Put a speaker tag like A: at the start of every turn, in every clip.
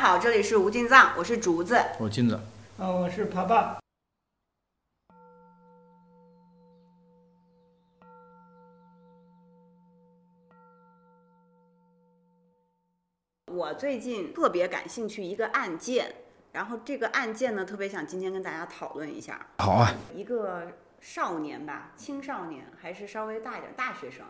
A: 好，这里是无尽藏，我是竹子。
B: 我进子，
C: 啊，我是爬爸。
A: 我最近特别感兴趣一个案件，然后这个案件呢，特别想今天跟大家讨论一下。
B: 好啊，
A: 一个少年吧，青少年还是稍微大一点大学生，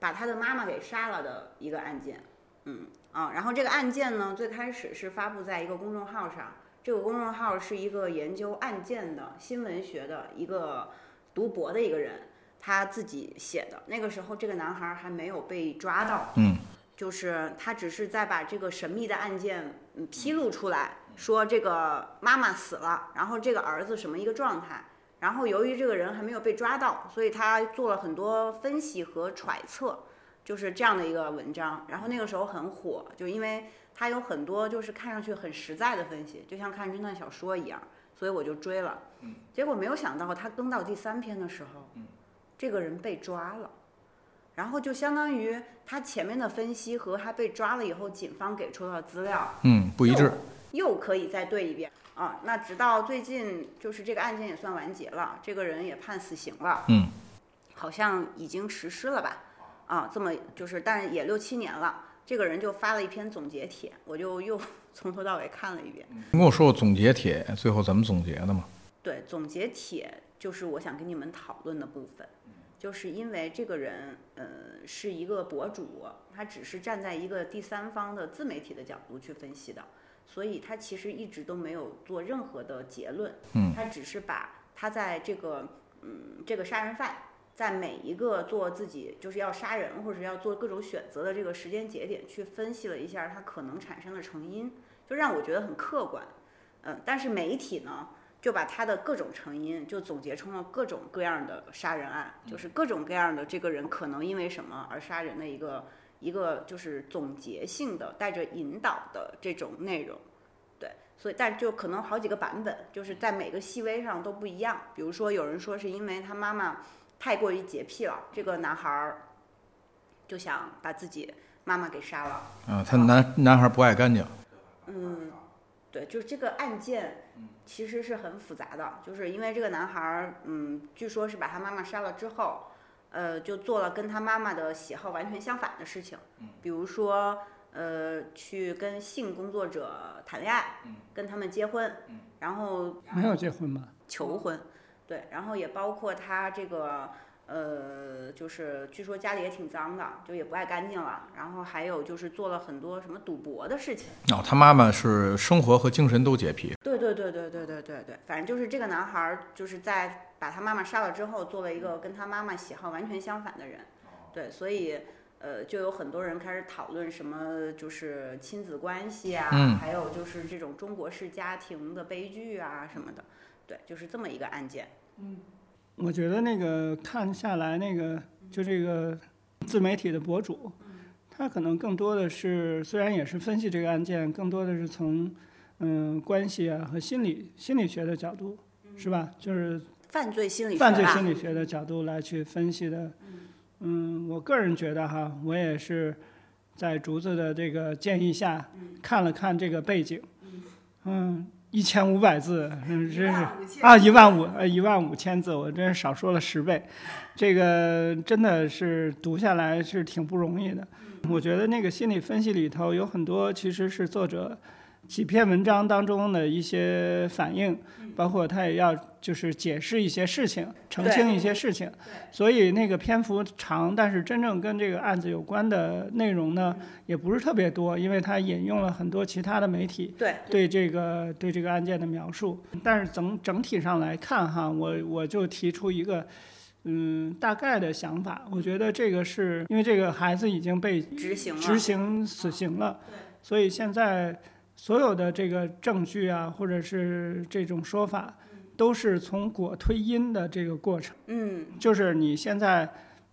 A: 把他的妈妈给杀了的一个案件。嗯啊，然后这个案件呢，最开始是发布在一个公众号上，这个公众号是一个研究案件的新闻学的一个读博的一个人他自己写的。那个时候，这个男孩还没有被抓到，
B: 嗯，
A: 就是他只是在把这个神秘的案件嗯披露出来，说这个妈妈死了，然后这个儿子什么一个状态。然后由于这个人还没有被抓到，所以他做了很多分析和揣测，就是这样的一个文章。然后那个时候很火，就因为他有很多就是看上去很实在的分析，就像看侦探小说一样，所以我就追了。结果没有想到，他更到第三篇的时候，这个人被抓了。然后就相当于他前面的分析和他被抓了以后，警方给出的资料
B: 嗯，不一致，
A: 又，又可以再对一遍啊。那直到最近，就是这个案件也算完结了，这个人也判死刑了，
B: 嗯，
A: 好像已经实施了吧？啊，这么就是，但也六七年了。这个人就发了一篇总结帖，我就又 从头到尾看了一遍。
B: 你跟我说说总结帖，最后怎么总结的嘛？
A: 对，总结帖就是我想跟你们讨论的部分，就是因为这个人，呃，是一个博主，他只是站在一个第三方的自媒体的角度去分析的，所以他其实一直都没有做任何的结论，
B: 嗯
A: 他只是把他在这个，嗯，这个杀人犯。在每一个做自己就是要杀人或者是要做各种选择的这个时间节点，去分析了一下他可能产生的成因，就让我觉得很客观。嗯，但是媒体呢，就把他的各种成因就总结成了各种各样的杀人案，就是各种各样的这个人可能因为什么而杀人的一个一个就是总结性的带着引导的这种内容。对，所以但就可能好几个版本，就是在每个细微上都不一样。比如说有人说是因为他妈妈太过于洁癖了，这个男孩儿就想把自己妈妈给杀了。
B: 啊，他男男孩不爱干净，
A: 嗯，对，就是这个案件，其实是很复杂的，就是因为这个男孩儿，嗯，据说是把他妈妈杀了之后，呃，就做了跟他妈妈的喜好完全相反的事情，比如说，呃，去跟性工作者谈恋爱，跟他们结婚，然后
C: 没有结婚吧？
A: 求婚，对，然后也包括他这个呃，就是据说家里也挺脏的，就也不爱干净了，然后还有就是做了很多什么赌博的事情。
B: 哦，他妈妈是生活和精神都洁癖，
A: 对对对对对对对对，反正就是这个男孩儿就是在把他妈妈杀了之后，做了一个跟他妈妈喜好完全相反的人，对，所以呃，就有很多人开始讨论什么就是亲子关系啊，
B: 嗯
A: 还有就是这种中国式家庭的悲剧啊什么的，对，就是这么一个案件。
C: 我觉得那个看下来，那个就这个自媒体的博主，他可能更多的是虽然也是分析这个案件，更多的是从嗯关系啊和心理心理学的角度，是吧？就是
A: 犯罪心理学吧，
C: 犯罪心理学的角度来去分析的。嗯，我个人觉得哈，我也是在竹子的这个建议下看了看这个背景。嗯，一千五百字，嗯，真是啊，一万五呃一万五千字，我真是少说了十倍。这个真的是读下来是挺不容易的。我觉得那个心理分析里头有很多其实是作者几篇文章当中的一些反应，包括他也要就是解释一些事情，澄清一些事情。所以那个篇幅长，但是真正跟这个案子有关的内容呢，也不是特别多，因为他引用了很多其他的媒体
A: 对，
C: 对这个对这个案件的描述。但是整整体上来看哈，我我就提出一个。嗯，大概的想法，我觉得这个是因为这个孩子已经被
A: 执行了啊
C: 执行死刑了，所以现在所有的这个证据啊，或者是这种说法，都是从果推因的这个过程。
A: 嗯，
C: 就是你现在，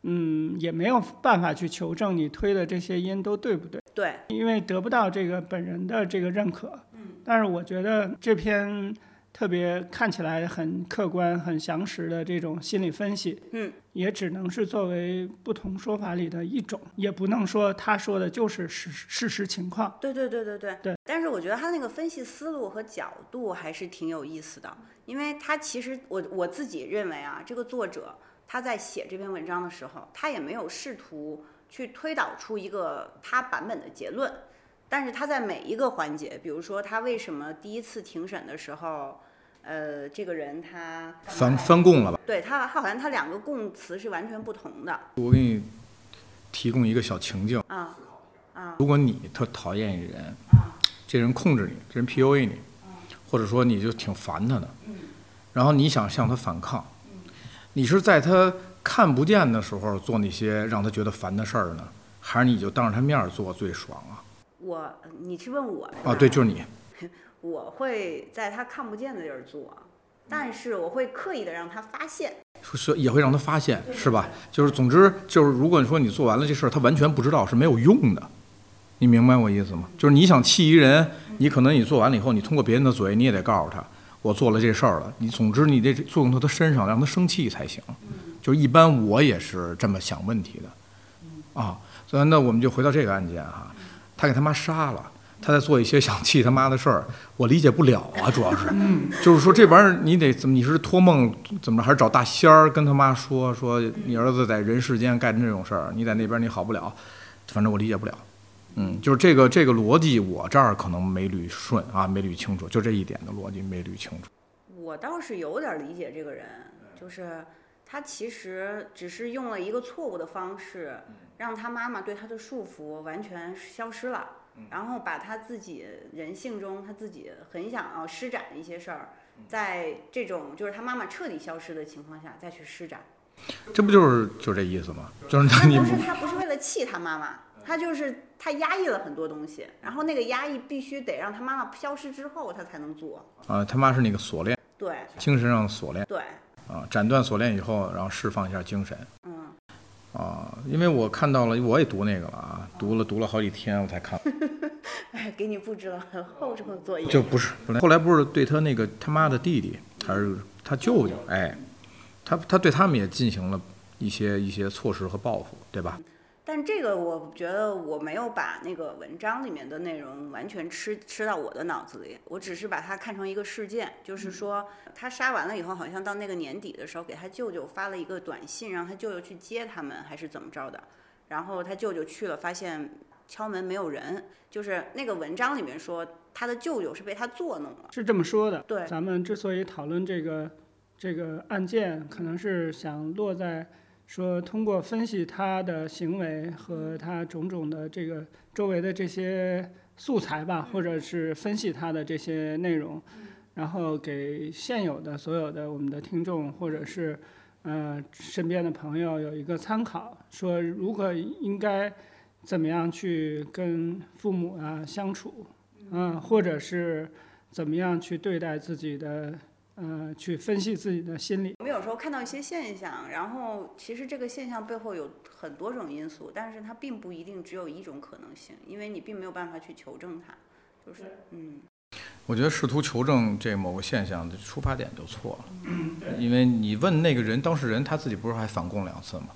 C: 嗯，也没有办法去求证你推的这些因都对不对，
A: 对，
C: 因为得不到这个本人的这个认可。嗯，但是我觉得这篇特别看起来很客观、很详实的这种心理分析，
A: 嗯，
C: 也只能是作为不同说法里的一种，也不能说他说的就是事事实情况。
A: 对对对对对
C: 对。
A: 但是我觉得他那个分析思路和角度还是挺有意思的，因为他其实我我自己认为啊，这个作者他在写这篇文章的时候，他也没有试图去推导出一个他版本的结论，但是他在每一个环节，比如说他为什么第一次庭审的时候，呃，这个人他
B: 翻翻供了吧？
A: 对他他好像他两个供词是完全不同的
B: 我给你提供一个小情境：
A: 啊啊
B: 如果你特讨厌一人，
A: 啊
B: 这人控制你，这人 PUA 你，或者说你就挺烦他的，然后你想向他反抗，你是在他看不见的时候做那些让他觉得烦的事儿呢，还是你就当着他面儿做最爽啊？
A: 我你是问我是
B: 啊，
A: 吧
B: 对，就是你。
A: 我会在他看不见的地儿做，但是我会刻意的让他发现。
B: 是也会让他发现，是吧？就是总之就是，如果你说你做完了这事儿，他完全不知道是没有用的，你明白我意思吗？就是你想气一人，你可能你做完了以后，你通过别人的嘴，你也得告诉他我做了这事儿了。你总之你得作用到他身上，让他生气才行。就是一般我也是这么想问题的，啊，所以那我们就回到这个案件哈、他给他妈杀了。他在做一些想气他妈的事儿，我理解不了啊，主要是，就是说这玩意儿你得怎么，你是托梦怎么着，还是找大仙儿跟他妈说说你儿子在人世间干这种事儿，你在那边你好不了，反正我理解不了。嗯，就是这个这个逻辑，我这儿可能没捋顺啊，没捋清楚，就这一点的逻辑没捋清楚。
A: 我倒是有点理解这个人，就是他其实只是用了一个错误的方式，让他妈妈对他的束缚完全消失了，然后把他自己人性中他自己很想要施展的一些事儿，在这种就是他妈妈彻底消失的情况下再去施展。
B: 这不就是就这意思吗？就是那
A: 他
B: 你
A: 啊不 是他不是为了气他妈妈，他就是他压抑了很多东西，然后那个压抑必须得让他妈妈消失之后，他才能做。
B: 啊，他妈是那个锁链，
A: 对
B: 精神上的锁链
A: 对，
B: 啊，斩断锁链以后，然后释放一下精神。
A: 嗯，
B: 啊，因为我看到了，我也读那个了啊，读了读了好几天我才看，
A: 哎，给你布置了很厚重的作业。
B: 就不是本来后来不是对他那个他妈的弟弟还是他舅舅，哎，他他对他们也进行了一些一些措施和报复，对吧？
A: 但这个我觉得我没有把那个文章里面的内容完全吃吃到我的脑子里，我只是把它看成一个事件，就是说他杀完了以后，好像到那个年底的时候，给他舅舅发了一个短信，让他舅舅去接他们，还是怎么着的。然后他舅舅去了，发现敲门没有人，就是那个文章里面说他的舅舅是被他作弄了。
C: 是这么说的。
A: 对
C: 咱们之所以讨论这个这个案件，可能是想落在说通过分析他的行为和他种种的这个周围的这些素材吧，或者是分析他的这些内容，
A: 嗯
C: 然后给现有的所有的我们的听众或者是。呃，身边的朋友有一个参考，说如何应该怎么样去跟父母啊相处，嗯、或者是怎么样去对待自己的，呃，去分析自己的心理。
A: 我们有时候看到一些现象，然后其实这个现象背后有很多种因素，但是它并不一定只有一种可能性，因为你并没有办法去求证它。就是，嗯，
B: 我觉得试图求证这某个现象的出发点就错了，因为你问那个人当事人他自己不是还反共两次吗？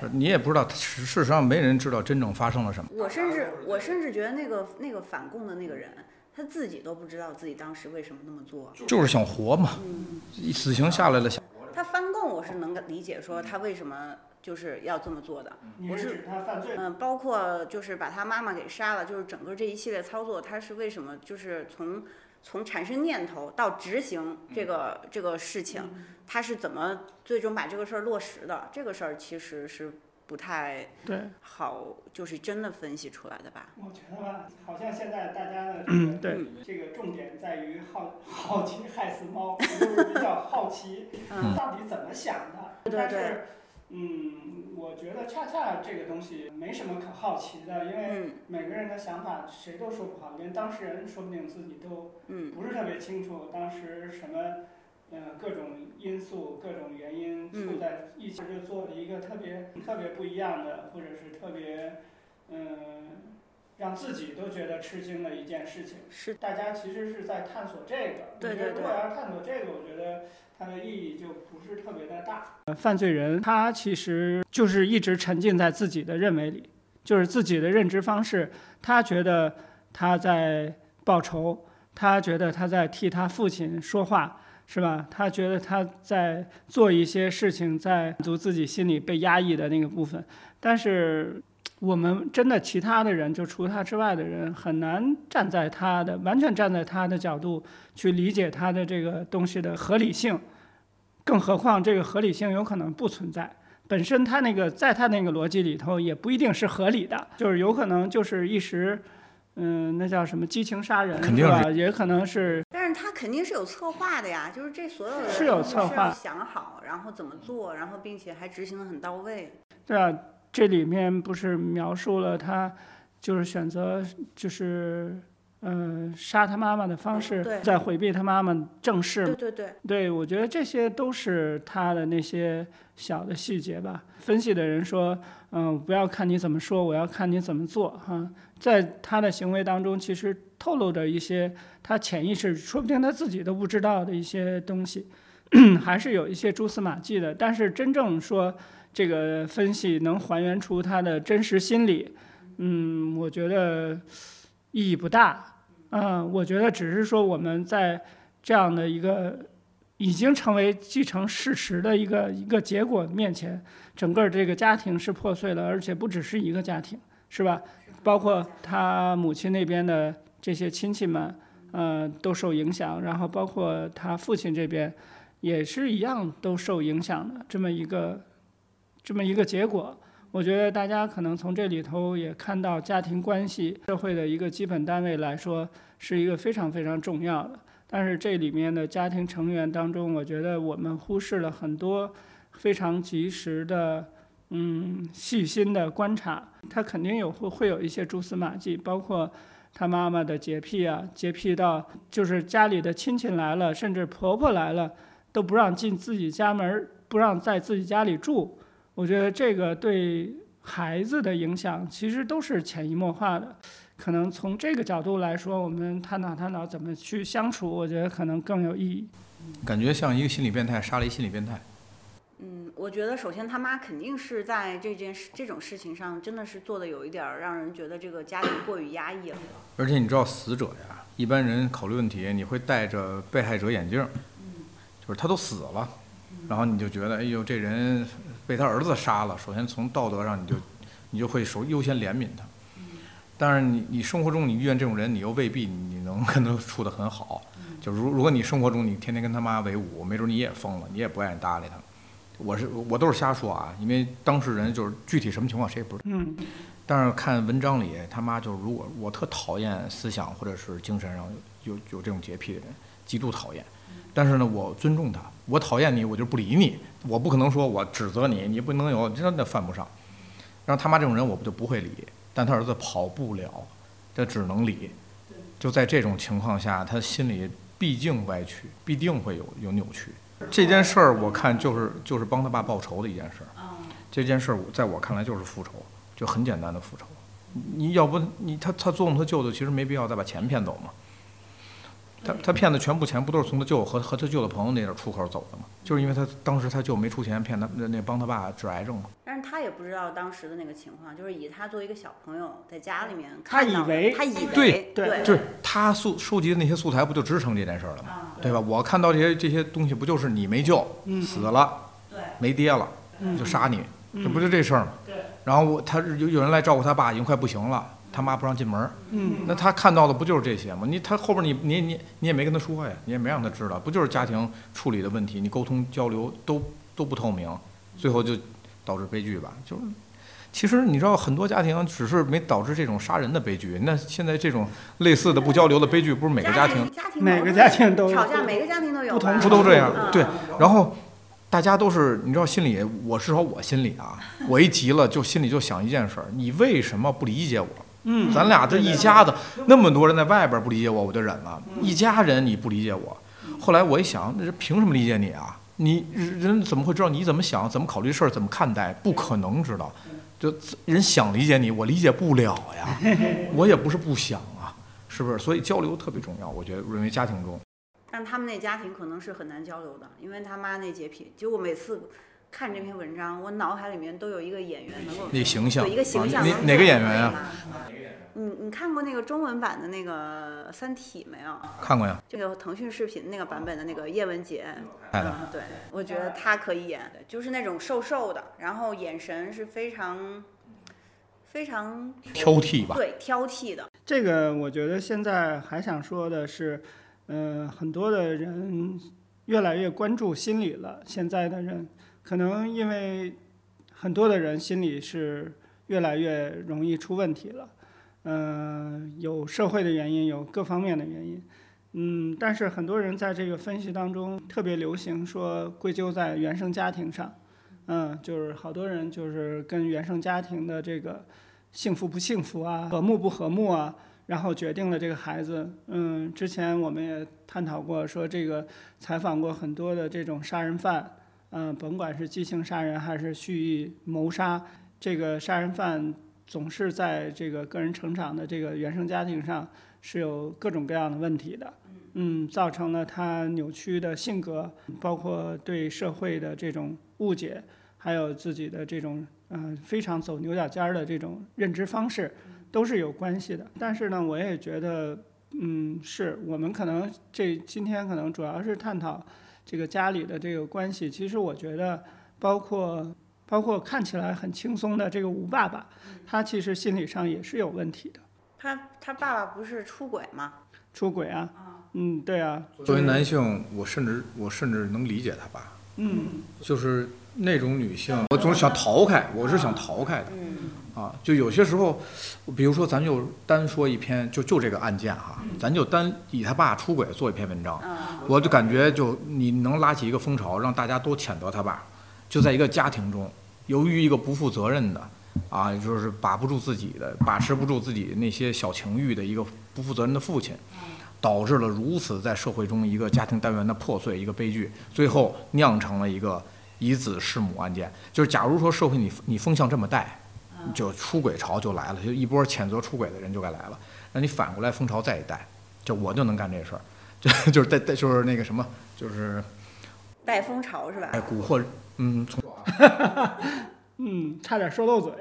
B: 就是你也不知道，事事实上没人知道真正发生了什么。
A: 我甚至我甚至觉得那个那个反共的那个人，他自己都不知道自己当时为什么那么做。
B: 就是想活嘛，死刑下来了，想
A: 他翻供，我是能够理解说他为什么就是要这么做的。我是
C: 指他犯罪
A: 嗯，包括就是把他妈妈给杀了，就是整个这一系列操作，他是为什么？就是从从产生念头到执行这个、
C: 嗯
A: 这个事情，他是怎么最终把这个事儿落实的？这个事儿其实是不太
C: 对，
A: 好，就是真的分析出来的吧？
C: 我觉得吧，好像现在大家 的嗯对
D: 这个重点在于好 好奇害死猫，就是比较好奇
A: 嗯
D: 到底怎么想的。
A: 对对
D: 但
A: 对
D: 是，嗯，我觉得恰恰这个东西没什么可好奇的，因为
A: 嗯
D: 每个人的想法谁都说不好，连当事人说不定自己都
A: 嗯
D: 不是特别清楚当时什么。嗯，各种因素、各种原因
A: 嗯
D: 凑在一起，就做了一个特别特别不一样的，或者是特别嗯呃让自己都觉得吃惊的一件事情。
A: 是
D: 大家其实是在探索这个。
A: 对
D: 我觉得
A: 对对
D: 如果要是探索这个，我觉得它的意义就不是特别的大。
C: 呃犯罪人他其实就是一直沉浸在自己的认为里，就是自己的认知方式，他觉得他在报仇，他觉得他在替他父亲说话，是吧？他觉得他在做一些事情，在满足自己心里被压抑的那个部分。但是我们真的其他的人，就除他之外的人，很难站在他的完全站在他的角度去理解他的这个东西的合理性。更何况这个合理性有可能不存在，本身它那个在它那个逻辑里头也不一定是合理的，就是有可能就是一时，嗯，那叫什么激情杀人，
B: 肯定
C: 是吧？也可能是
A: 但是他肯定是有策划的呀，就是这所有的
C: 是有
A: 东西
C: 策
A: 是
C: 划
A: 要想好，然后怎么做，然后并且还执行的很到位。
C: 对啊，这里面不是描述了他就是选择就是呃杀他妈妈的方式
A: 对，
C: 在回避他妈妈正事
A: 对对对，
C: 对，我觉得这些都是他的那些小的细节吧。分析的人说，嗯、不要看你怎么说，我要看你怎么做哈、在他的行为当中，其实透露着一些他潜意识，说不定他自己都不知道的一些东西，还是有一些蛛丝马迹的。但是真正说这个分析能还原出他的真实心理，嗯，我觉得意义不大。嗯，我觉得只是说我们在这样的一个已经成为既成事实的一个一个结果面前，整个这个家庭是破碎了，而且不只是一个家庭，是吧？包括他母亲那边的这些亲戚们，呃，都受影响，然后包括他父亲这边也是一样都受影响的这么一个这么一个结果。我觉得大家可能从这里头也看到家庭关系、社会的一个基本单位来说，是一个非常非常重要的。但是这里面的家庭成员当中，我觉得我们忽视了很多非常及时的，嗯，细心的观察，他肯定有会会有一些蛛丝马迹，包括他妈妈的洁癖啊，洁癖到就是家里的亲戚来了，甚至婆婆来了，都不让进自己家门儿，不让在自己家里住。我觉得这个对孩子的影响其实都是潜移默化的。可能从这个角度来说，我们探讨探讨怎么去相处，我觉得可能更有意义。
B: 感觉像一个心理变态杀了一心理变态。
A: 嗯，我觉得首先他妈肯定是在这件事这种事情上，真的是做的有一点儿让人觉得这个家庭过于压抑了。
B: 而且你知道死者呀，一般人考虑问题，你会戴着被害者眼镜儿，就是他都死了，然后你就觉得，哎呦，这人被他儿子杀了，首先从道德上你就你就会首优先怜悯他。但是你你生活中你遇见这种人，你又未必你能跟他处得很好。就如如果你生活中你天天跟他妈为伍，没准你也疯了，你也不愿意搭理他。我是我都是瞎说啊，因为当事人就是具体什么情况谁也不知道。
C: 嗯，
B: 但是看文章里，他妈就是如果我特讨厌思想或者是精神上有有有这种洁癖的人，极度讨厌。但是呢，我尊重他，我讨厌你，我就不理你，我不可能说我指责你，你不能有，真的犯不上。然后他妈这种人，我不就不会理，但他儿子跑不了，这只能理。就在这种情况下，他心里必定歪曲，必定会有有扭曲。这件事儿，我看就是就是帮他爸报仇的一件事儿。这件事儿，在我看来就是复仇。就很简单的复仇。你要不你他他作弄他舅舅，其实没必要再把钱骗走嘛。他他骗的全部钱不都是从他舅和和他舅的朋友那点儿出口走的吗？就是因为他当时他舅没出钱骗他那那帮他爸治癌症嘛。
A: 但是他也不知道当时的那个情况，就是以他作为一个小朋友在家里面
C: 他
A: 看到的，
C: 以为
A: 他以为
B: 对
A: 对
B: 就是他收收集的那些素材，不就支撑这件事儿了吗？对吧？我看到这些这些东西，不就是你没救，
C: 嗯
B: 死了，没爹了，就杀你，
C: 嗯
B: 这不就这事儿吗？然后我他有有人来照顾他爸，已经快不行了，他妈不让进门，
C: 嗯，
B: 那他看到的不就是这些吗？你他后边你你你你也没跟他说呀，你也没让他知道，不就是家庭处理的问题，你沟通交流都都不透明，最后就导致悲剧吧，就是。其实你知道，很多家庭只是没导致这种杀人的悲剧。那现在这种类似的不交流的悲剧，不是每个家庭
A: 家庭
C: 嗯每
A: 矛
C: 个
A: 盾
C: 家庭都
A: 吵架，每个家庭都有
C: 不同
A: 吧
B: 不都这样
A: 嗯？
B: 对，然后大家都是，你知道，心里我至少我心里啊，我一急了就心里就想一件事儿：你为什么不理解我？
C: 嗯，
B: 咱俩这一家子那么多人在外边不理解我，我就忍了。
A: 嗯
B: 一家人你不理解我，后来我一想，那人凭什么理解
A: 嗯
B: 你啊？你人怎么会知道你怎么想、怎么考虑事儿、怎么看待？不可能知道，就人想理解你，我理解不了 呀，我也不是不想啊，是不是？所以交流特别重要，我觉得认为家庭中，
A: 但他们那家庭可能是很难交流的，因为他妈那洁癖。就我每次看这篇文章，我脑海里面都有一个演员能够
B: 那形象
A: 有一个形象
B: 啊
A: 能
B: 哪
A: 够
B: 哪个演员
A: 对
B: 呀、
A: 吧你你看过那个中文版的那个《三体》没有？
B: 看过呀？
A: 这个腾讯视频那个版本的那个叶文洁，
B: 哎
A: 嗯，对，我觉得她可以演，就是那种瘦瘦的，然后眼神是非常非常
B: 挑剔吧，
A: 对挑剔的，
C: 这个我觉得现在还想说的是，呃，很多的人越来越关注心理了。现在的人可能因为很多的人心理是越来越容易出问题了，呃，有社会的原因，有各方面的原因。嗯，但是很多人在这个分析当中特别流行说归咎在原生家庭上，嗯，就是好多人就是跟原生家庭的这个幸福不幸福啊，和睦不和睦啊，然后决定了这个孩子。嗯，之前我们也探讨过，说这个采访过很多的这种杀人犯，嗯、甭管是激情杀人还是蓄意谋杀，这个杀人犯总是在这个个人成长的这个原生家庭上是有各种各样的问题的。嗯，造成了他扭曲的性格，包括对社会的这种误解，还有自己的这种嗯、呃非常走牛角尖儿的这种认知方式，都是有关系的。但是呢，我也觉得，嗯，是我们可能这今天可能主要是探讨这个家里的这个关系。其实我觉得，包括包括看起来很轻松的这个吴爸爸，他其实心理上也是有问题的，
A: 他他爸爸不是出轨吗？
C: 出轨啊，嗯，对啊，
B: 作为男性，我甚至我甚至能理解他爸，
C: 嗯，
B: 就是那种女性，我总是想逃开，我是想逃开的。
A: 嗯，
B: 啊，就有些时候，比如说咱就单说一篇，就就这个案件哈，咱就单以他爸出轨做一篇文章，
A: 啊，
B: 我就感觉就你能拉起一个风潮，让大家都谴责他爸，就在一个家庭中，由于一个不负责任的，啊，就是把不住自己的，把持不住自己那些小情欲的一个不负责任的父亲，导致了如此在社会中一个家庭单元的破碎，一个悲剧，最后酿成了一个以子弑母案件。就是假如说社会你你风向这么带，就出轨潮就来了，就一波谴责出轨的人就该来了。那你反过来风潮再一带，就我就能干这事儿，就 就是带带就是那个什么，就是
A: 带风潮是吧？
B: 哎蛊惑，嗯，从
C: 嗯，差点说漏嘴。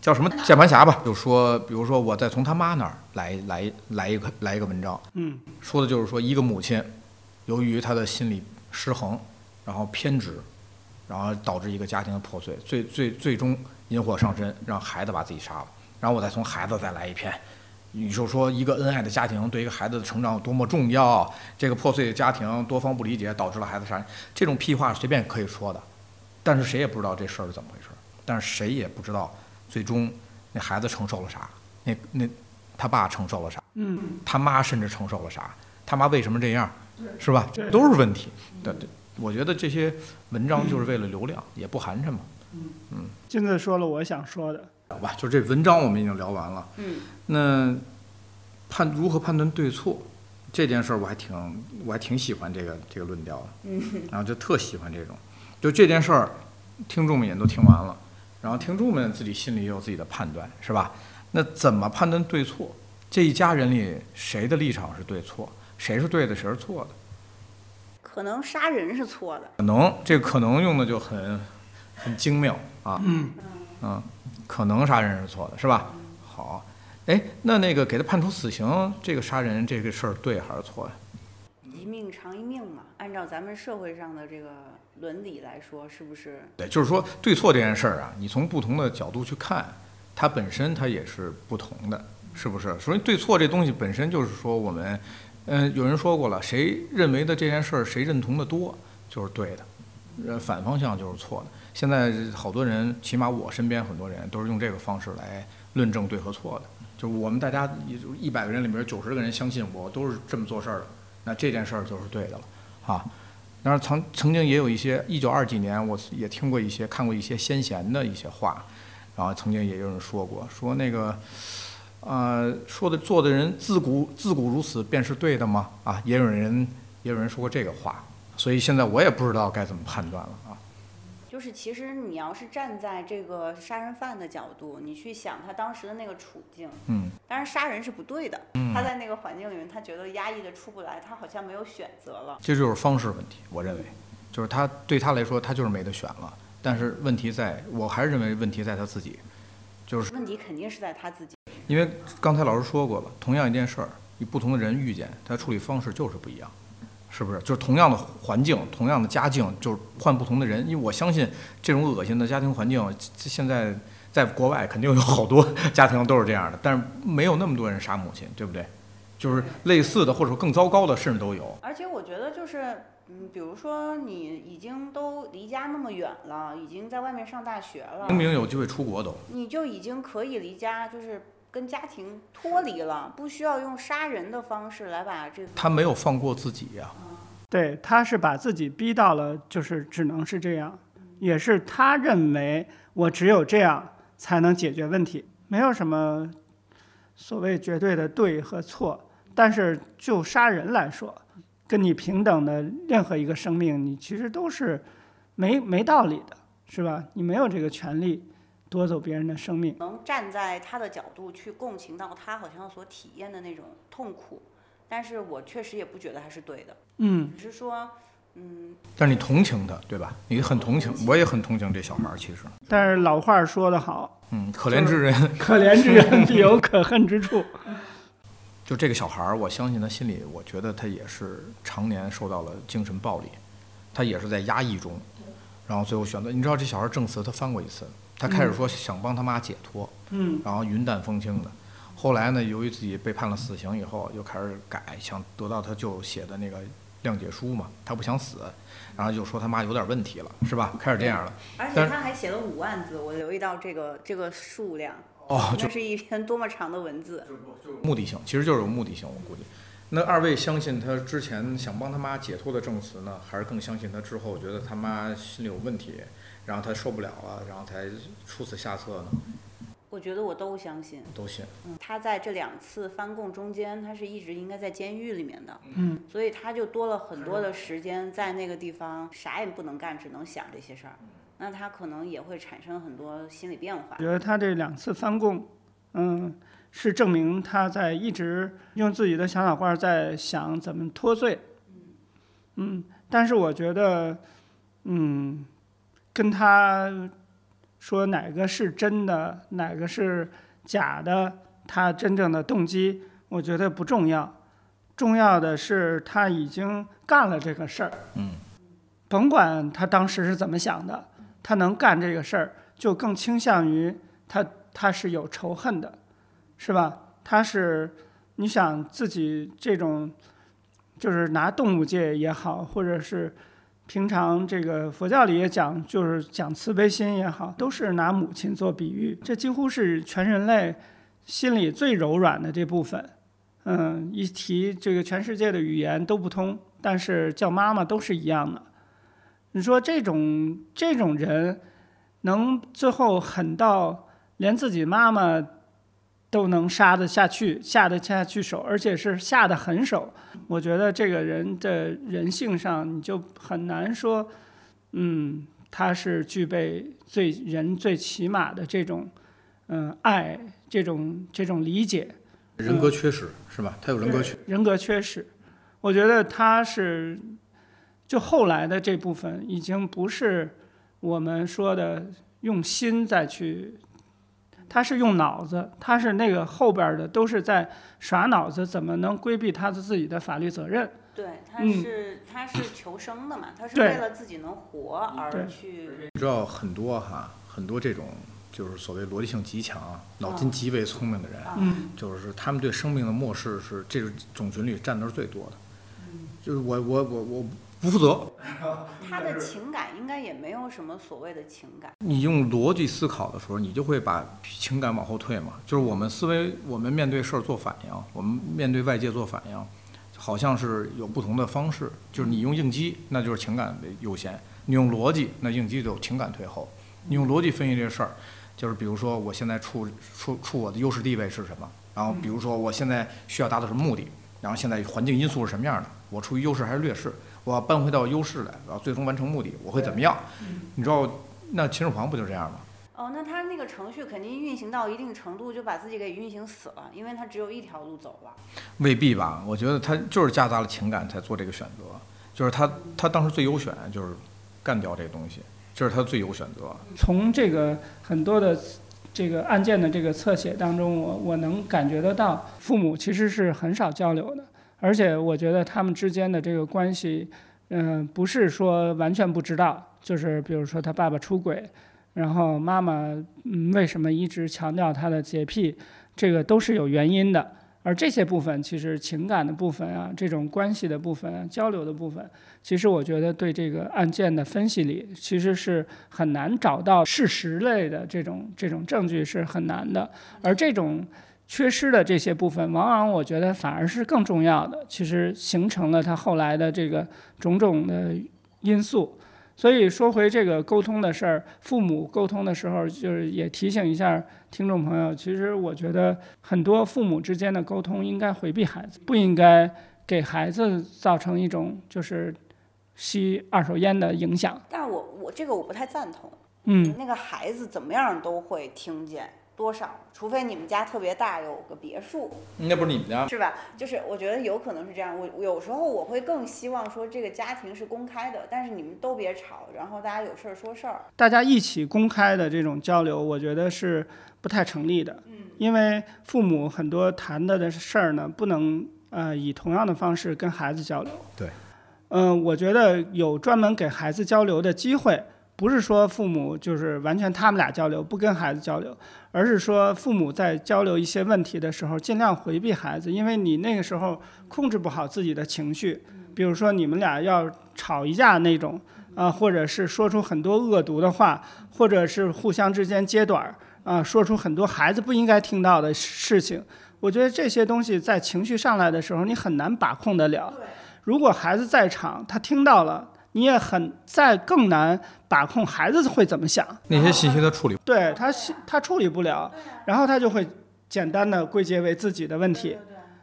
B: 叫什么键盘侠吧，就说比如说我再从他妈那儿来来来一个来一个文章，
C: 嗯，
B: 说的就是说一个母亲由于她的心理失衡，然后偏执，然后导致一个家庭的破碎，最最最终引火上身，让孩子把自己杀了。然后我再从孩子再来一篇，你就说一个恩爱的家庭对一个孩子的成长有多么重要，这个破碎的家庭多方不理解导致了孩子杀人，这种屁话随便可以说的，但是谁也不知道这事儿是怎么回事儿，但是谁也不知道最终那孩子承受了啥，那那他爸承受了啥，
C: 嗯，
B: 他妈甚至承受了啥，他妈为什么这样，是吧？
C: 对
B: 都是问题。对对，我觉得这些文章就是为了流量，也不寒碜嘛。
C: 金子说了我想说的，
B: 好吧，就这文章我们已经聊完了。
A: 嗯，
B: 那判如何判断对错这件事儿，我还挺我还挺喜欢这个这个论调的。嗯，然后就特喜欢这种，就这件事儿，听众们也都听完了，然后听众们自己心里也有自己的判断，是吧？那怎么判断对错？这一家人里谁的立场是对错？谁是对的，谁是错的？
A: 可能杀人是错的，
B: 可能这个可能用的就很很精妙啊，嗯可能杀人是错的，是吧？好，哎，那那个给他判处死刑，这个杀人这个事儿对还是错呀？
A: 一命偿一命嘛。按照咱们社会上的这个伦理来说，是不是？
B: 对，就是说对错这件事儿啊，你从不同的角度去看，它本身它也是不同的，是不是？所以对错这东西本身就是说我们，嗯、有人说过了，谁认为的这件事儿谁认同的多就是对的，呃，反方向就是错的。现在好多人，起码我身边很多人都是用这个方式来论证对和错的，就是我们大家一百个人里面九十个人相信我都是这么做事儿的，那这件事儿就是对的了，啊。当然曾曾经也有一些一九二几年，我也听过一些看过一些先贤的一些话，然后曾经也有人说过，说那个，呃，说的做的人自古自古如此便是对的吗？啊，也有人也有人说过这个话，所以现在我也不知道该怎么判断了啊。
A: 就就是其实你要是站在这个杀人犯的角度，你去想他当时的那个处境，
B: 嗯
A: 当然杀人是不对的，
B: 嗯
A: 他，在那个环境里面，他觉得压抑的出不来，他好像没有选择了。
B: 这就是方式问题，我认为，就是他对他来说，他就是没得选了。但是问题在，我还是认为问题在他自己，就是
A: 问题肯定是在他自己。
B: 因为刚才老师说过了，同样一件事儿，你不同的人遇见，他处理方式就是不一样，是不是？就是同样的环境，同样的家境，就是换不同的人。因为我相信这种恶心的家庭环境，这现在在国外肯定有好多 家庭都是这样的，但是没有那么多人杀母亲，对不对？就是类似的，或者说更糟糕的，甚至都有。
A: 而且我觉得就是，嗯，比如说你已经都离家那么远了，已经在外面上大学了，
B: 明明有机会出国都，
A: 你就已经可以离家，就是跟家庭脱离了，不需要用杀人的方式来把这个。
B: 他没有放过自己呀、
C: 对，他是把自己逼到了，就是只能是这样，也是他认为我只有这样才能解决问题，没有什么所谓绝对的对和错。但是就杀人来说，跟你平等的任何一个生命，你其实都是没没道理的，是吧？你没有这个权利夺走别人的生命。
A: 能站在他的角度去共情到他好像所体验的那种痛苦，但是我确实也不觉得他是对的，
C: 嗯，
A: 只是说，嗯，
B: 但是你同情他，对吧？你很同情，我也很同情这小孩儿，其实，
C: 但是老话说得好，
B: 嗯，可怜之人，
C: 可怜之人必有可恨之处。
B: 就这个小孩儿，我相信他心里，我觉得他也是常年受到了精神暴力，他也是在压抑中，然后最后选择。你知道这小孩儿证词他翻过一次，他开始说想帮他妈解脱，
C: 嗯，
B: 然后云淡风轻的。后来呢，由于自己被判了死刑以后，又开始改，想得到他舅写的那个谅解书嘛，他不想死，然后就说他妈有点问题了，是吧？开始这样了。
A: 而且
B: 但是
A: 他还写了五万字，我留意到这个这个数量，
B: 哦，就
A: 那是一篇多么长的文字。
B: 目的性，其实就是有目的性，我估计。那二位相信他之前想帮他妈解脱的证词呢，还是更相信他之后觉得他妈心里有问题，然后他受不了了，然后才出此下策呢？
A: 我觉得我都相信，
B: 都信。
A: 嗯，他在这两次翻供中间，他是一直应该在监狱里面的，
C: 嗯，
A: 所以他就多了很多的时间在那个地方，啥也不能干，只能想这些事儿。那他可能也会产生很多心理变化
C: 我。觉得他这两次翻供，嗯，是证明他在一直用自己的小脑瓜儿在想怎么脱罪。嗯，但是我觉得，嗯，跟他说哪个是真的，哪个是假的，他真正的动机，我觉得不重要。重要的是他已经干了这个事儿，
B: 嗯，
C: 甭管他当时是怎么想的，他能干这个事儿，就更倾向于他他是有仇恨的，是吧？他是你想自己这种，就是拿动物界也好，或者是平常这个佛教里也讲，就是讲慈悲心也好，都是拿母亲做比喻，这几乎是全人类心里最柔软的这部分。嗯，一提这个全世界的语言都不通，但是叫妈妈都是一样的。你说这种这种人，能最后狠到连自己妈妈都能杀得下去、下得下去手，而且是下得狠手，我觉得这个人的人性上，你就很难说，嗯，他是具备最人最起码的这种，嗯，爱这种这种理解。
B: 人格缺失是吧？他有人格缺，
C: 人格缺失。我觉得他是，就后来的这部分已经不是我们说的用心再去，他是用脑子，他是那个后边的都是在耍脑子，怎么能规避他的自己的法律责任？
A: 对，他
C: 嗯
A: 是、他是求生的嘛，他是
C: 对
A: 为了自己能活而
C: 对
A: 去。
B: 你知道很多哈，很多这种就是所谓逻辑性极强、脑筋极为聪明的人，
C: 嗯
B: 就是他们对生命的漠视是这种种群里占的是最多的。就是我我我我不负责，
A: 他的情感应该也没有什么所谓的情感，
B: 你用逻辑思考的时候，你就会把情感往后退嘛。就是我们思维，我们面对事儿做反应，我们面对外界做反应，好像是有不同的方式。就是你用应激，那就是情感为优先；你用逻辑，那应激就情感退后。你用逻辑分析这事儿，就是比如说我现在处处处我的优势地位是什么，然后比如说我现在需要达到什么目的，然后现在环境因素是什么样的，我处于优势还是劣势，我要扳回到优势来，然后最终完成目的，我会怎么样？你知道那秦始皇不就这样吗？
A: 哦，那他那个程序肯定运行到一定程度，就把自己给运行死了，因为他只有一条路走了。
B: 未必吧？我觉得他就是夹杂了情感才做这个选择，就是他他当时最优选就是干掉这个东西，这是他最优选择。
C: 从这个很多的这个案件的这个侧写当中，我我能感觉得到，父母其实是很少交流的，而且我觉得他们之间的这个关系，嗯、不是说完全不知道，就是比如说他爸爸出轨，然后妈妈嗯为什么一直强调他的洁癖，这个都是有原因的。而这些部分，其实情感的部分啊，这种关系的部分啊，交流的部分，其实我觉得对这个案件的分析里，其实是很难找到事实类的这种这种证据是很难的，而这种缺失的这些部分，往往我觉得反而是更重要的，其实形成了他后来的这个种种的因素。所以说回这个沟通的事儿，父母沟通的时候，就是也提醒一下听众朋友，其实我觉得很多父母之间的沟通应该回避孩子，不应该给孩子造成一种就是吸二手烟的影响。
A: 但我我这个我不太赞同，
C: 嗯，
A: 那个孩子怎么样都会听见。多少？除非你们家特别大，有个别墅，
B: 那不是你们
C: 啊
B: 家
A: 是吧？就是我觉得有可能是这样。我有时候我会更希望说这个家庭是公开的，但是你们都别吵，然后大家有事儿说事儿。
C: 大家一起公开的这种交流，我觉得是不太成立的。
A: 嗯，
C: 因为父母很多谈的的事儿呢，不能呃以同样的方式跟孩子交流。
B: 对，
C: 嗯、我觉得有专门给孩子交流的机会，不是说父母就是完全他们俩交流，不跟孩子交流，而是说父母在交流一些问题的时候，尽量回避孩子，因为你那个时候控制不好自己的情绪，比如说你们俩要吵一架那种。啊，或者是说出很多恶毒的话，或者是互相之间揭短儿，啊，说出很多孩子不应该听到的事情。我觉得这些东西在情绪上来的时候，你很难把控得了。
A: 对，
C: 如果孩子在场，他听到了，你也很再更难把控孩子会怎么想。
B: 那些信息他处理，
C: 对他是，他处理不了，然后他就会简单的归结为自己的问题。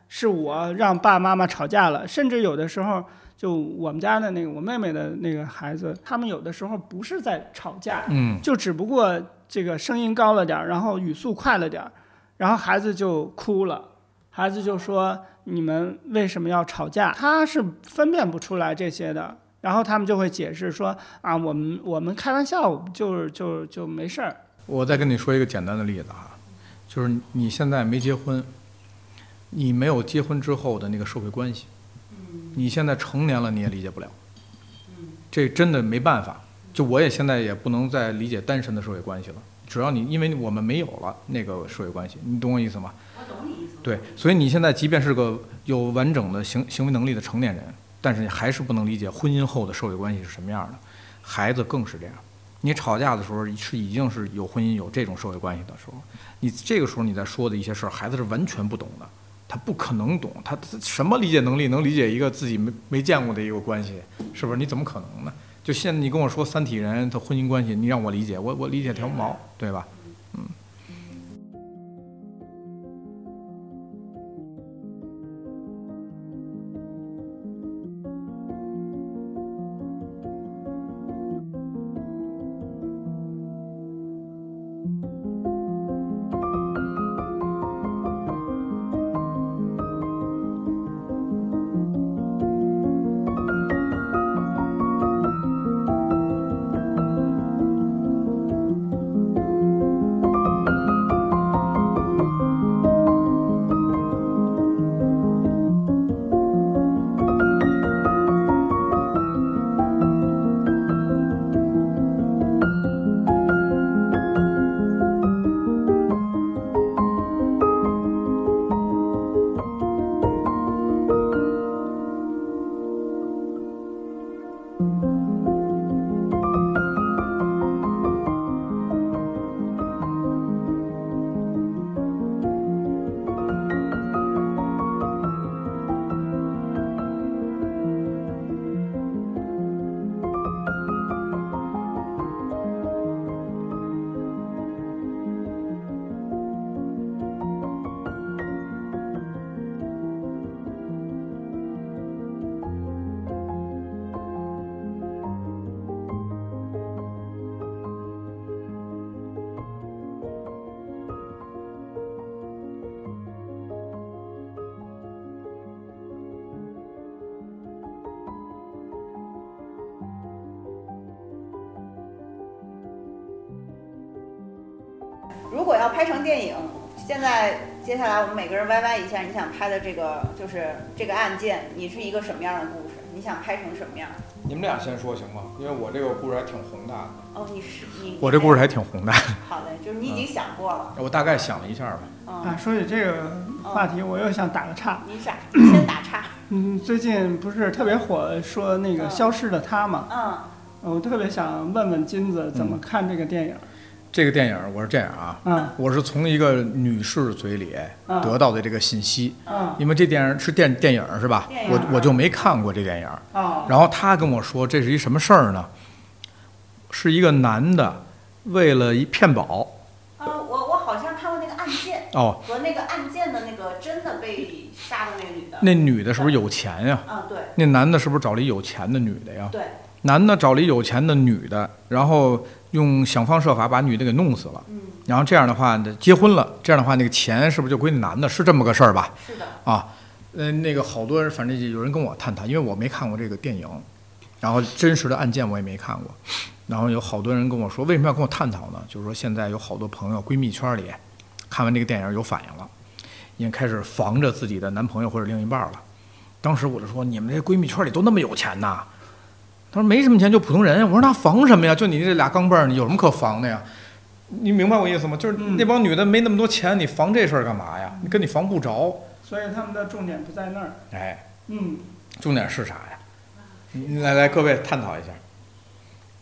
C: 是我让爸爸妈妈吵架了，甚至有的时候，就我们家的那个我妹妹的那个孩子，他们有的时候不是在吵架，
B: 嗯，
C: 就只不过这个声音高了点儿，然后语速快了点儿，然后孩子就哭了，孩子就说你们为什么要吵架？他是分辨不出来这些的，然后他们就会解释说啊，我们我们开玩笑，就是就就没事儿。
B: 我再跟你说一个简单的例子啊，就是你现在没结婚，你没有结婚之后的那个社会关系，
A: 嗯
B: 你现在成年了你也理解不了，这真的没办法。就我也现在也不能再理解单身的社会关系了，只要你因为我们没有了那个社会关系，你懂我意思吗？
A: 我懂你意思。
B: 对，所以你现在即便是个有完整的行行为能力的成年人，但是你还是不能理解婚姻后的社会关系是什么样的，孩子更是这样。你吵架的时候是已经是有婚姻有这种社会关系的时候，你这个时候你在说的一些事儿，孩子是完全不懂的，他不可能懂，他他什么理解能力能理解一个自己没没见过的一个关系，是不是？你怎么可能呢？就现在你跟我说三体人的婚姻关系，你让我理解，我我理解条毛，对吧？
A: 如果要拍成电影，现在接下来我们每个人歪歪一下，你想拍的这个就是这个案件，你是一个什么样的故事？你想拍成什么样？
B: 你们俩先说行吗？因为我这个故事还挺宏大的。
A: 哦，你是你
B: 我这故事还挺宏大的，
A: 好嘞，就是你已经想过了，
B: 我大概想了一下吧。
C: 啊，
A: 嗯，
C: 说起这个话题，我又想打个岔。
A: 你想先打岔，
C: 嗯，最近不是特别火说那个
A: 嗯
C: 《消失的她》嘛，
A: 嗯
C: 呃我特别想问问金子怎
B: 嗯
C: 么看这个电影。
B: 这个电影我是这样啊，
C: 嗯
B: 我是从一个女士嘴里
C: 嗯
B: 得到的这个信息，
A: 嗯
C: 嗯
B: 因为这电影是电电影是吧
A: 电？影哦
B: 我我就没看过这电影。
C: 啊
B: 然后她跟我说这是一什么事儿呢？是一个男的为了一骗保
A: 啊，我我好像看过那个案件
B: 哦，
A: 和那个案件的那个真的被杀的那个女的，
B: 那女的是不是有钱呀？
A: 嗯，对
B: 那男的是不是找了一有钱的女的呀？
A: 对，
B: 男的找了一有钱的女的，然后用想方设法把女的给弄死了。
A: 嗯，
B: 然后这样的话呢，结婚了，这样的话那个钱是不是就归男的？是这么个事儿吧？
A: 是的，
B: 呃，那个好多人，反正有人跟我探谈，因为我没看过这个电影，然后真实的案件我也没看过，然后有好多人跟我说，为什么要跟我探讨呢？就是说现在有好多朋友闺蜜圈里看完这个电影有反应了，已经开始防着自己的男朋友或者另一半了。当时我就说，你们这闺蜜圈里都那么有钱呐？他说没什么钱，就普通人。我说那防什么呀？就你这俩钢镚儿，你有什么可防的呀？你明白我意思吗？就是
C: 嗯
B: 那帮女的没那么多钱，你防这事儿干嘛呀？你跟你防不着。
C: 所以他们的重点不在那儿。
B: 哎，
C: 嗯，
B: 重点是啥呀？你来来，各位探讨一下。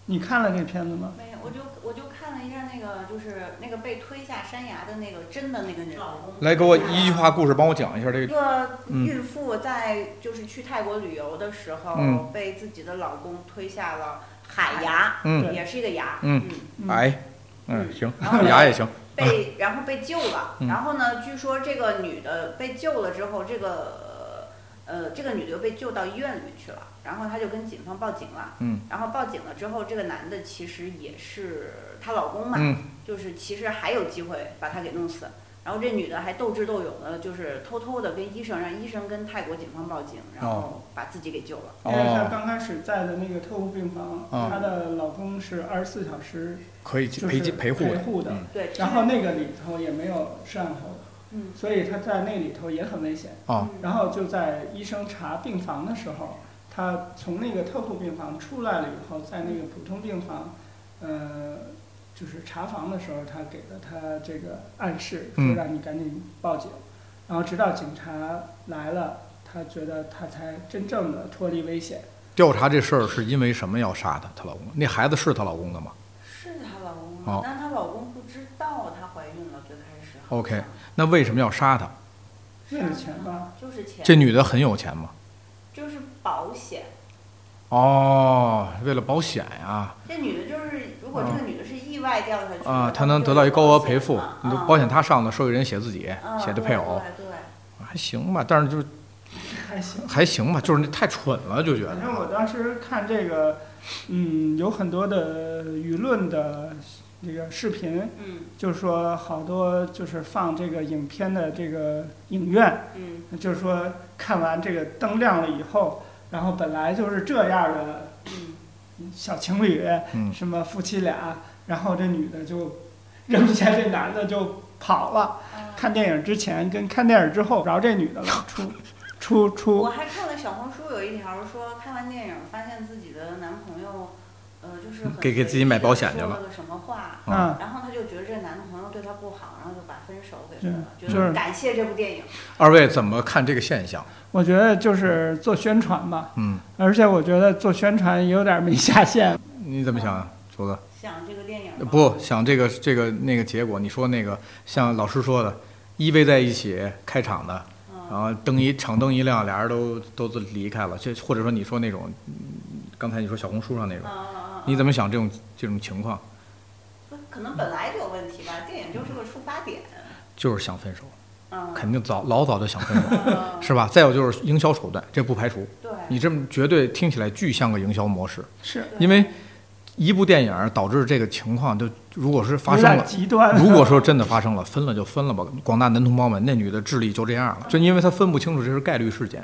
C: 你看了这片子吗？
A: 没有，我就我就看了一下那个就是那个被推下山崖的那个真的那个人，
B: 来，给我一句话故事，帮我讲一下这
A: 一
B: 个。
A: 个
B: 嗯
A: 孕妇在就是去泰国旅游的时候，
B: 嗯
A: 被自己的老公推下了海崖，
B: 嗯，
A: 也是一个崖，
B: 嗯
C: 嗯
B: 哎，嗯，行，
A: 然后
B: 牙也行。
A: 被然后被救了。
B: 嗯
A: 然后呢，据说这个女的被救了之后，这个呃这个女的又被救到医院里面去了，然后她就跟警方报警了。
B: 嗯，
A: 然后报警了之后，这个男的其实也是她老公嘛，
B: 嗯
A: 就是其实还有机会把她给弄死。然后这女的还斗智斗勇的，就是偷偷的跟医生，让医生跟泰国警方报警，然后把自己给救了。
C: 因为她
B: 哦，
C: 刚开始在的那个特护病房，
B: 嗯
C: 她的老公是二十四小时
B: 可以
C: 就
B: 陪
C: 是
B: 陪护
C: 陪
B: 的。
C: 护的，
B: 嗯
A: 对，
C: 然后那个里头也没有摄像头，
A: 嗯
C: 所以她在那里头也很危险。
B: 哦，
A: 嗯
C: 然后就在医生查病房的时候，她从那个特护病房出来了以后，在那个普通病房，呃，就是查房的时候，她给了她这个暗示，说
B: 嗯
C: 让你赶紧报警。然后直到警察来了，她觉得她才真正的脱离危险。
B: 调查这事儿是因为什么要杀她？她老公？那孩子是她老公的吗
A: 是她老公
B: 哦
A: 吗？但她老公不知道她怀孕了，最开始。
B: ？OK，那为什么要杀她？
C: 为了钱吧，
A: 就是钱，
B: 这女的很有钱吗？
A: 就是保险。
B: 哦，为了保险呀、
A: 这女的就是，如果这个女的是意外掉下去的
B: 哦啊，她能得到一高额赔付。你
A: 就
B: 都
A: 是
B: 保险她上的，受益人写自己，
A: 啊
B: 写的配偶，
A: 对对对
B: 还行吧。但是就是啊
C: 还行。
B: 还行吧，就是那太蠢了，就觉
C: 反
B: 得。
C: 正我当时看这个，嗯，有很多的舆论的那个视频，
A: 嗯
C: 就是说好多就是放这个影片的这个影院，
A: 嗯
C: 就是说看完这个灯亮了以后，然后本来就是这样的
A: 嗯，
C: 小情侣，
B: 嗯
C: 什么夫妻俩，然后这女的就扔下这男的就跑了。
A: 啊
C: 看电影之前跟看电影之后，然后这女的了，出 出
A: 我
B: 啊
C: 出，
A: 还看了小红书有一条说，看完电影发现自己的男朋友，呃，就是很
B: 给给自己买保险去
A: 说
B: 了
A: 了个什么话，
C: 嗯，
A: 然后她就觉得这男朋友对她不好，然后就把分手给
C: 对
A: 分了，觉
C: 嗯就是
A: 得感谢这部电影。
B: 二位怎么看这个现象？
C: 我觉得就是做宣传吧。
B: 嗯，
C: 而且我觉得做宣传也有点没下限。
B: 你怎么想啊，竹子？
A: 想这个电影吗
B: 不想这个这个那个结果？你说那个像老师说的，依偎在一起开场的，然
A: 嗯
B: 后灯一场灯一亮，俩人都都都离开了。这或者说你说那种，嗯刚才你说小红书上那
A: 嗯
B: 种，
A: 嗯，
B: 你
A: 么
B: 怎么想这种这种情况？
A: 可能本来就有问题吧？电影就是个出发点。
B: 就是想分手，
A: 嗯，
B: 肯定早老早就想分手，
A: 嗯
B: 是吧？再有就是营销手段，这不排除。
A: 对，
B: 你这么绝对听起来巨像个营销模式，
C: 是
A: 对
B: 因为一部电影导致这个情况，就如果是发
C: 有
B: 生了
C: 点。极端。
B: 如果说真的发生了，分了就分了吧。广大男同胞们，那女的智力就这样了，就因为她分不清楚这是概率事件，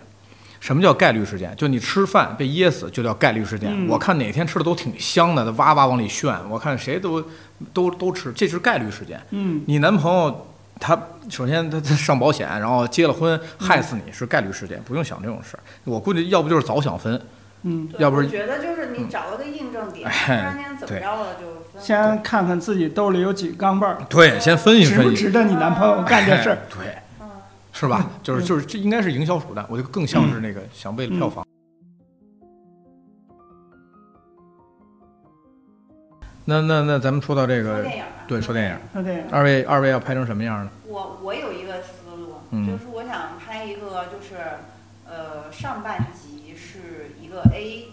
B: 什么叫概率事件？就你吃饭被噎死就叫概率事件。
C: 嗯
B: 我看哪天吃的都挺香的，哇哇往里炫，我看谁都都都吃，这是概率事件。
C: 嗯
B: 你男朋友他首先他他上保险，然后结了婚害死你是概率事件，不用想这种事儿。我估计要不就是早想分，
C: 嗯，
A: 对
B: 要不
A: 我
B: 是嗯
A: 觉得就是你找了个印证点，不
B: 哎
A: 然间怎么
B: 对
A: 着了就分了
C: 先看看自己兜里有几钢镚儿，
B: 对，先分析
C: 值不
B: 分析，
C: 值得你男朋友干这事儿？
B: 哎对，
A: 嗯
B: 是吧？就是就是这应该是营销手段，我就更像是那个想为了票房。那那那咱们说到这
A: 说
B: 个，
A: 电影啊吧。
B: 对，说电影，
C: 说电影，
B: 二位二位要拍成什么样呢？
A: 我我有一个思路，
B: 嗯
A: 就是我想拍一个，就是呃上半集是一个 A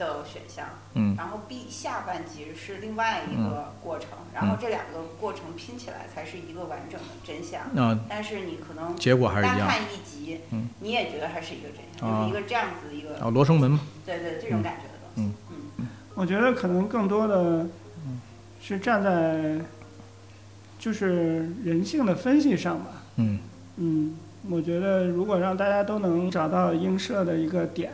A: 的选项，
B: 嗯
A: 然后 B 下半集是另外一个过程，然
B: 嗯
A: 后这两个过程拼起来才是一个完整的真相。
B: 那
A: 但是你可能
B: 结果还是
A: 单
B: 嗯一样。
A: 看一集，
B: 嗯
A: 你也觉得它是一个真相，
B: 啊
A: 就是一个这样子的一个，
B: 啊，嗯罗生门嘛，
A: 对对，这种感觉的东西。
C: 我觉得可能更多的是站在就是人性的分析上吧。
B: 嗯
C: 嗯，我觉得如果让大家都能找到映射的一个点，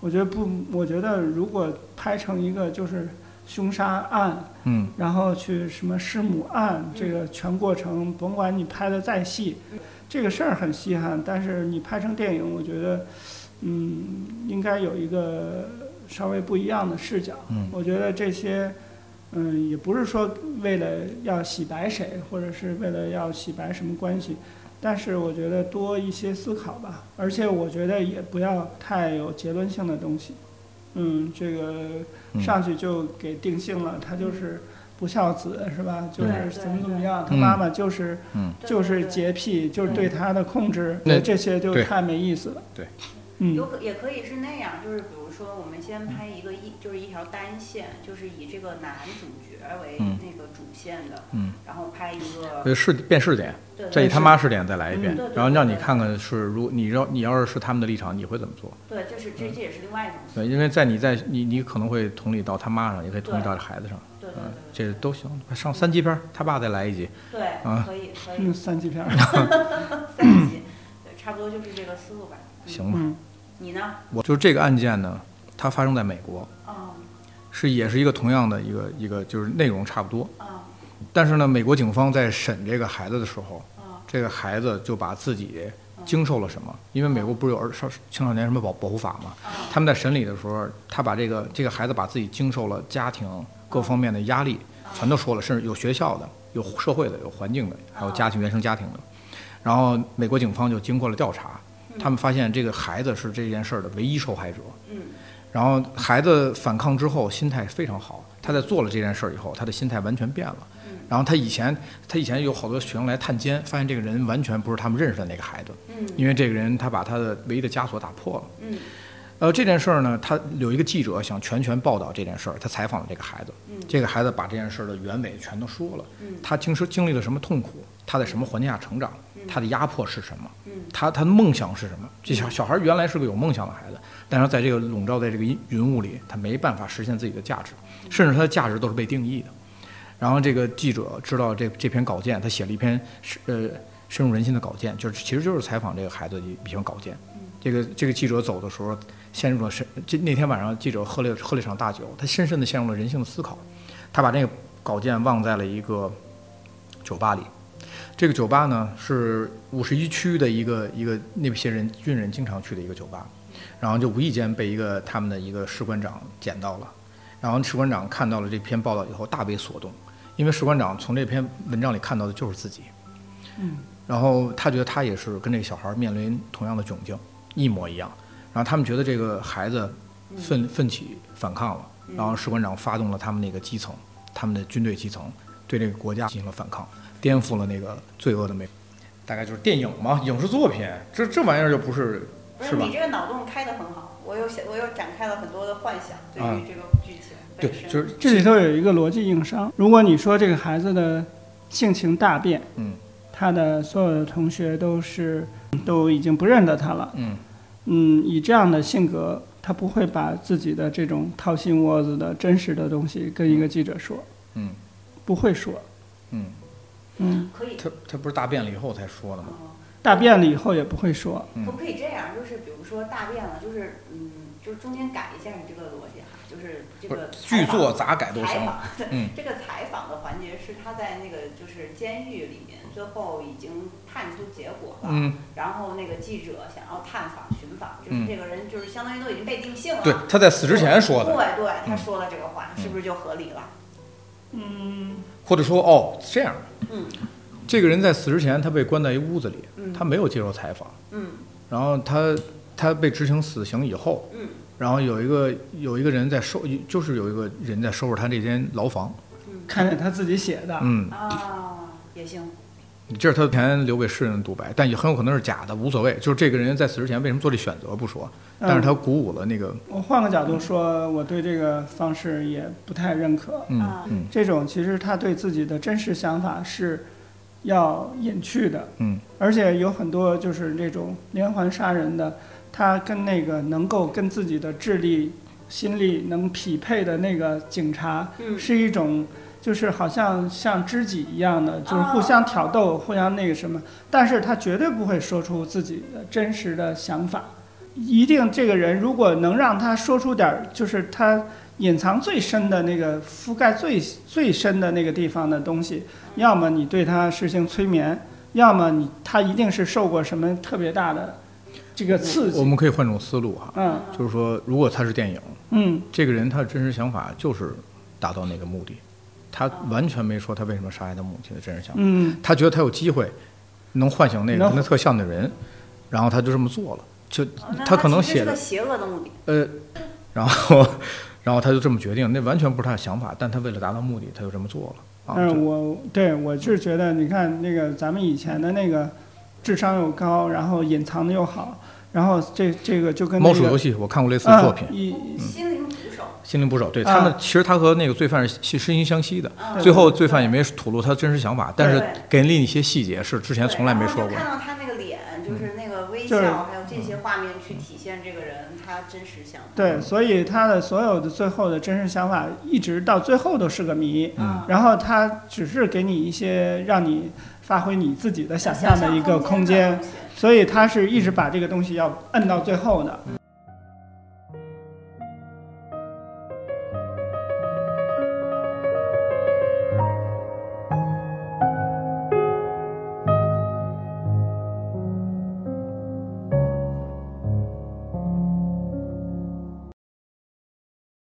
C: 我觉得不，我觉得如果拍成一个就是凶杀案，
B: 嗯
C: 然后去什么弑母案，这个全过程，甭管你拍的再细，这个事儿很稀罕，但是你拍成电影，我觉得，嗯，应该有一个稍微不一样的视角。
B: 嗯
C: 我觉得这些，嗯，也不是说为了要洗白谁，或者是为了要洗白什么关系，但是我觉得多一些思考吧，而且我觉得也不要太有结论性的东西。嗯，这个
B: 嗯
C: 上去就给定性了，他就是不孝子是吧？就是
A: 对
C: 怎么怎么样，他
B: 嗯
C: 妈妈就是
B: 嗯，
A: 对
C: 就
A: 对
C: 是
A: 对
C: 洁癖，就是
A: 对
C: 对他的控制，
B: 那
C: 这些就
B: 对
C: 太没意思了。
B: 对，
A: 有
C: 嗯
A: 可也可以是那样，就是比如说，我们先拍一个一，就是一条单线，就是以这个男主角为
B: 嗯
A: 那个主线的，
B: 嗯
A: 然后拍一个，
B: 呃，试变试点，
A: 对
B: 再
A: 对
B: 以他妈试点再来一遍
A: 嗯对对，
B: 然后让你
A: 对对
B: 看看是如你要你要是是他们的立场，你会怎么做？
A: 对，这是这这也是另外一种，
B: 对，因为在你在你你可能会同理到他妈上，也可以同理
A: 对
B: 到孩子上，
A: 对对
B: 嗯，
A: 对
B: 这都行。上三级片儿，他爸再来一集，
A: 对，
B: 啊
A: 对，可以可
C: 嗯，
A: 以，
C: 三级片儿，
A: 三集，对，差不多就是这个思路吧。嗯，
B: 行吧？
C: 嗯
A: 你呢？
B: 我就是这个案件呢，它发生在美国，
A: 哦
B: 是也是一个同样的一个一个就是内容差不多，
A: 哦
B: 但是呢，美国警方在审这个孩子的时候，
A: 哦，
B: 这个孩子就把自己经受了什么，因为美国不是有儿少青少年什么保保护法嘛，
A: 哦
B: 他们在审理的时候，他把这个这个孩子把自己经受了家庭各方面的压力，全都说了，甚至有学校的、有社会的、有环境的，还有家庭原生家庭的。然后美国警方就经过了调查，他们发现这个孩子是这件事儿的唯一受害者。
A: 嗯
B: 然后孩子反抗之后，心态非常好。他在做了这件事儿以后，他的心态完全变了
A: 嗯。
B: 然后他以前，他以前有好多学生来探监，发现这个人完全不是他们认识的那个孩子，
A: 嗯
B: 因为这个人他把他的唯一的枷锁打破了。
A: 嗯
B: 呃，这件事儿呢，他有一个记者想全权报道这件事儿，他采访了这个孩子，
A: 嗯
B: 这个孩子把这件事儿的原委全都说了，
A: 嗯
B: 他经受经历了什么痛苦，他在什么环境下成长，
A: 嗯
B: 他的压迫是什么，
A: 嗯
B: 他他的梦想是什么？这小小孩原来是个有梦想的孩子，但是在这个笼罩在这个云云雾里，他没办法实现自己的价值，甚至他的价值都是被定义的。然后这个记者知道这这篇稿件，他写了一篇是呃深入人心的稿件，就是其实就是采访这个孩子的一一篇稿件。这个这个记者走的时候，陷入了深这那天晚上记者喝了喝了一场大酒，他深深地陷入了人性的思考，他把那个稿件忘在了一个酒吧里。这个酒吧呢是五十一区的一个一个那些人军人经常去的一个酒吧，然后就无意间被一个他们的一个士官长捡到了，然后士官长看到了这篇报道以后大为所动，因为士官长从这篇文章里看到的就是自己，
C: 嗯，
B: 然后他觉得他也是跟这个小孩面临同样的窘境，一模一样，然后他们觉得这个孩子
A: 嗯
B: 奋奋起反抗了，然后士官长发动了他们那个基层，他们的军队基层对这个国家进行了反抗。颠覆了那个罪恶的美，大概就是电影嘛，影视作品，这这玩意儿就不是
A: 不
B: 是
A: 是
B: 吧
A: 你？这个脑洞开的很好，我又想我又展开了很多的幻想，对
B: 啊
A: 于这个剧情
B: 对
A: 本，身。
B: 就是
C: 这里头有一个逻辑硬伤。如果你说这个孩子的性情大变，
B: 嗯，
C: 他的所有的同学都是都已经不认得他了，
B: 嗯
C: 嗯，以这样的性格，他不会把自己的这种掏心窝子的真实的东西跟一个记者说，
B: 嗯
C: 不会说，
B: 嗯，
C: 嗯，
A: 可以
B: 他他不是大变了以后才说的吗？
A: 哦
C: 大变了以后也不会说，
B: 嗯
A: 可不可以这样？就是比如说大变了，就是嗯，就是中间改一下你这个逻辑哈，就是这
B: 不
A: 个
B: 是剧
A: 采
B: 作
A: 访
B: 咋改都行
A: 采
B: 了。
A: 访，
B: 嗯
A: 这个采访的环节是他在那个就是监狱里面，最后已经探出结果了，
B: 嗯，
A: 然后那个记者想要探访寻访，就是
B: 嗯
A: 这个人就是相当于都已经被定性了，
B: 对，他在死之前说的，
A: 对对，他
B: 嗯
A: 说了这个话，
B: 嗯
A: 是不是就合理了？
D: 嗯，
B: 或者说哦这样，
A: 嗯，
B: 这个人在死之前他被关在一屋子里，
A: 嗯，
B: 他没有接受采访，
A: 嗯
B: 然后他他被执行死刑以后，
A: 嗯
B: 然后有一个有一个人在收，就是有一个人在收拾他这间牢房，
C: 看见他自己写的，
B: 嗯，
A: 啊，也行，
B: 这是他的钱留给世人的独白，但也很有可能是假的，无所谓。就是这个人在死之前为什么做这选择不说，但是
C: 嗯
B: 他鼓舞了那个，
C: 我换个角度说，我对这个方式也不太认可。
B: 嗯
A: 啊
B: 嗯
C: 这种其实他对自己的真实想法是要隐去的，
B: 嗯，
C: 而且有很多就是这种连环杀人的，他跟那个能够跟自己的智力、心力能匹配的那个警察，
A: 嗯
C: 是一种就是好像像知己一样的，就是
A: 哦
C: 互相挑逗、互相那个什么，但是他绝对不会说出自己的真实的想法。一定，这个人如果能让他说出点儿，就是他隐藏最深的那个、覆盖最最深的那个地方的东西，要么你对他实行催眠，要么你他一定是受过什么特别大的这个刺
B: 我
C: 激。
B: 们可以换种思路哈，
C: 嗯
B: 就是说，如果他是电影，
C: 嗯
B: 这个人他的真实想法就是达到那个目的，他完全没说他为什么杀害他母亲的真实想法，
C: 嗯，
B: 他觉得他有机会能唤醒那个
C: 能
B: 跟他特像的人，然后他就这么做了，就
A: 啊那
B: 他可能
A: 其实
B: 写
A: 是
B: 的
A: 个邪恶的目的，
B: 呃，然后然后他就这么决定，那完全不是他的想法，但他为了达到目的，他就这么做了啊
C: 但是
B: 就。
C: 我对我是觉得，你看那个咱们以前的那个智商又高，然后隐藏的又好，然后这这个就跟、那
B: 猫
C: 个、
B: 鼠游戏，我看过类似的
C: 啊
B: 作品，嗯
C: 一
A: 心灵捕手，
B: 心灵捕手》对
C: 啊
B: 他们，其实他和那个罪犯是心心心相惜的。
A: 啊
C: 对
B: 最后，罪犯也没吐露他真实想法，但是
A: 对
B: 给了你一些细节，是之前
A: 对
B: 从来没
A: 然后
B: 说
A: 就
B: 过的。
A: 看到他那个脸，就是那个微
C: 嗯就是
A: 笑，还有这些画面去体现这个人他真实想法。
C: 对，所以他的所有的最后的真实想法，一直到最后都是个谜。
B: 嗯
A: 啊，
C: 然后他只是给你一些让你发挥你自己的想象的一个空
A: 空
C: 间，
A: 的东西
C: 所以他是一直把这个东西要摁到最后的。